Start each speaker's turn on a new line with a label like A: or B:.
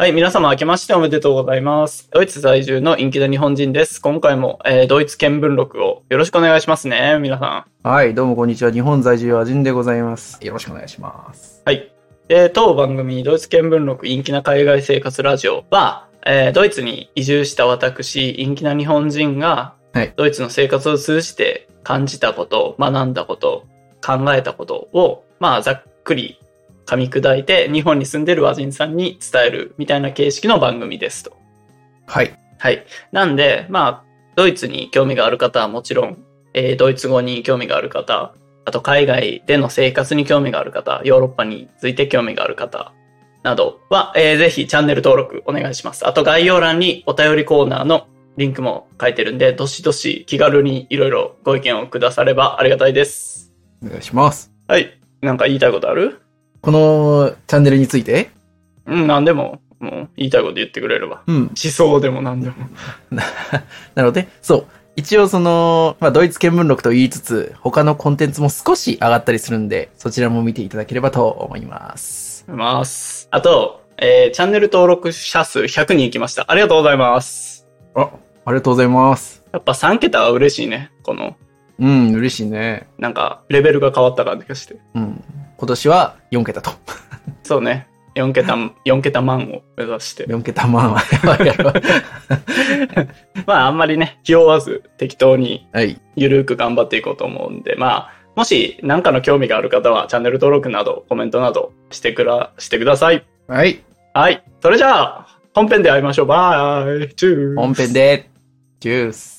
A: はい、皆様明けましておめでとうございます。ドイツ在住の陰気な日本人です。今回も、えードイツ見聞録をよろしくお願いしますね、皆さ
B: はい、どうもこんにちは。日本在住はジンでございます。よろしくお願いします。
A: ん。はい。で、当番組、ドイツ見聞録陰気な海外生活ラジオは、えードイツに移住した私、陰気な日本人が、
B: はい
A: ドイツの生活を通じて感じたこと、学んだこと、考えたことを、まあ、ざっくり噛み砕いて、日本に住んでる和人さんに伝えるみたいな形式の番組ですと。
B: はい。
A: はい。なんで、まあ、ドイツに興味がある方はもちろん、えードイツ語に興味がある方、あと海外での生活に興味がある方、ヨーロッパについて興味がある方などは、えーぜひチャンネル登録お願いします。あと概要欄にお便りコーナーのリンクも書いてるんで、どしどし気軽にいろいろご意見をくださればありがたいです。
B: お願いします。
A: はい。なんか言いたいことある
B: このチャンネルについて
A: うん、なんでも、もう言いたいこと言ってくれれば。
B: うん。
A: 思想でもなんでも。
B: なので、そう。一応その、まあ、ドイツ見聞録と言いつつ、他のコンテンツも少し上がったりするんで、そちらも見ていただければと思います。
A: ます。あと、えーチャンネル登録者数100人いきました。ありがとうございます。
B: あ、ありがとうございます。
A: やっぱ3桁は嬉しいね。この、
B: うん、嬉しいね。
A: なんか、レベルが変わった感じがして。
B: うん。今年は4桁と。
A: そうね。4桁、4桁 万を目指して。
B: 4桁まあまあ、やばいやばい
A: まあ、あんまりね、気負わず適当に
B: はい。
A: ゆるく頑張っていこうと思うんで、まあ、もし何かの興味がある方は、チャンネル登録など、コメントなどしてくら、してください。
B: はい。
A: はい。それじゃあ、本編で会いましょう。バイチュー
B: 本編で、ジュース。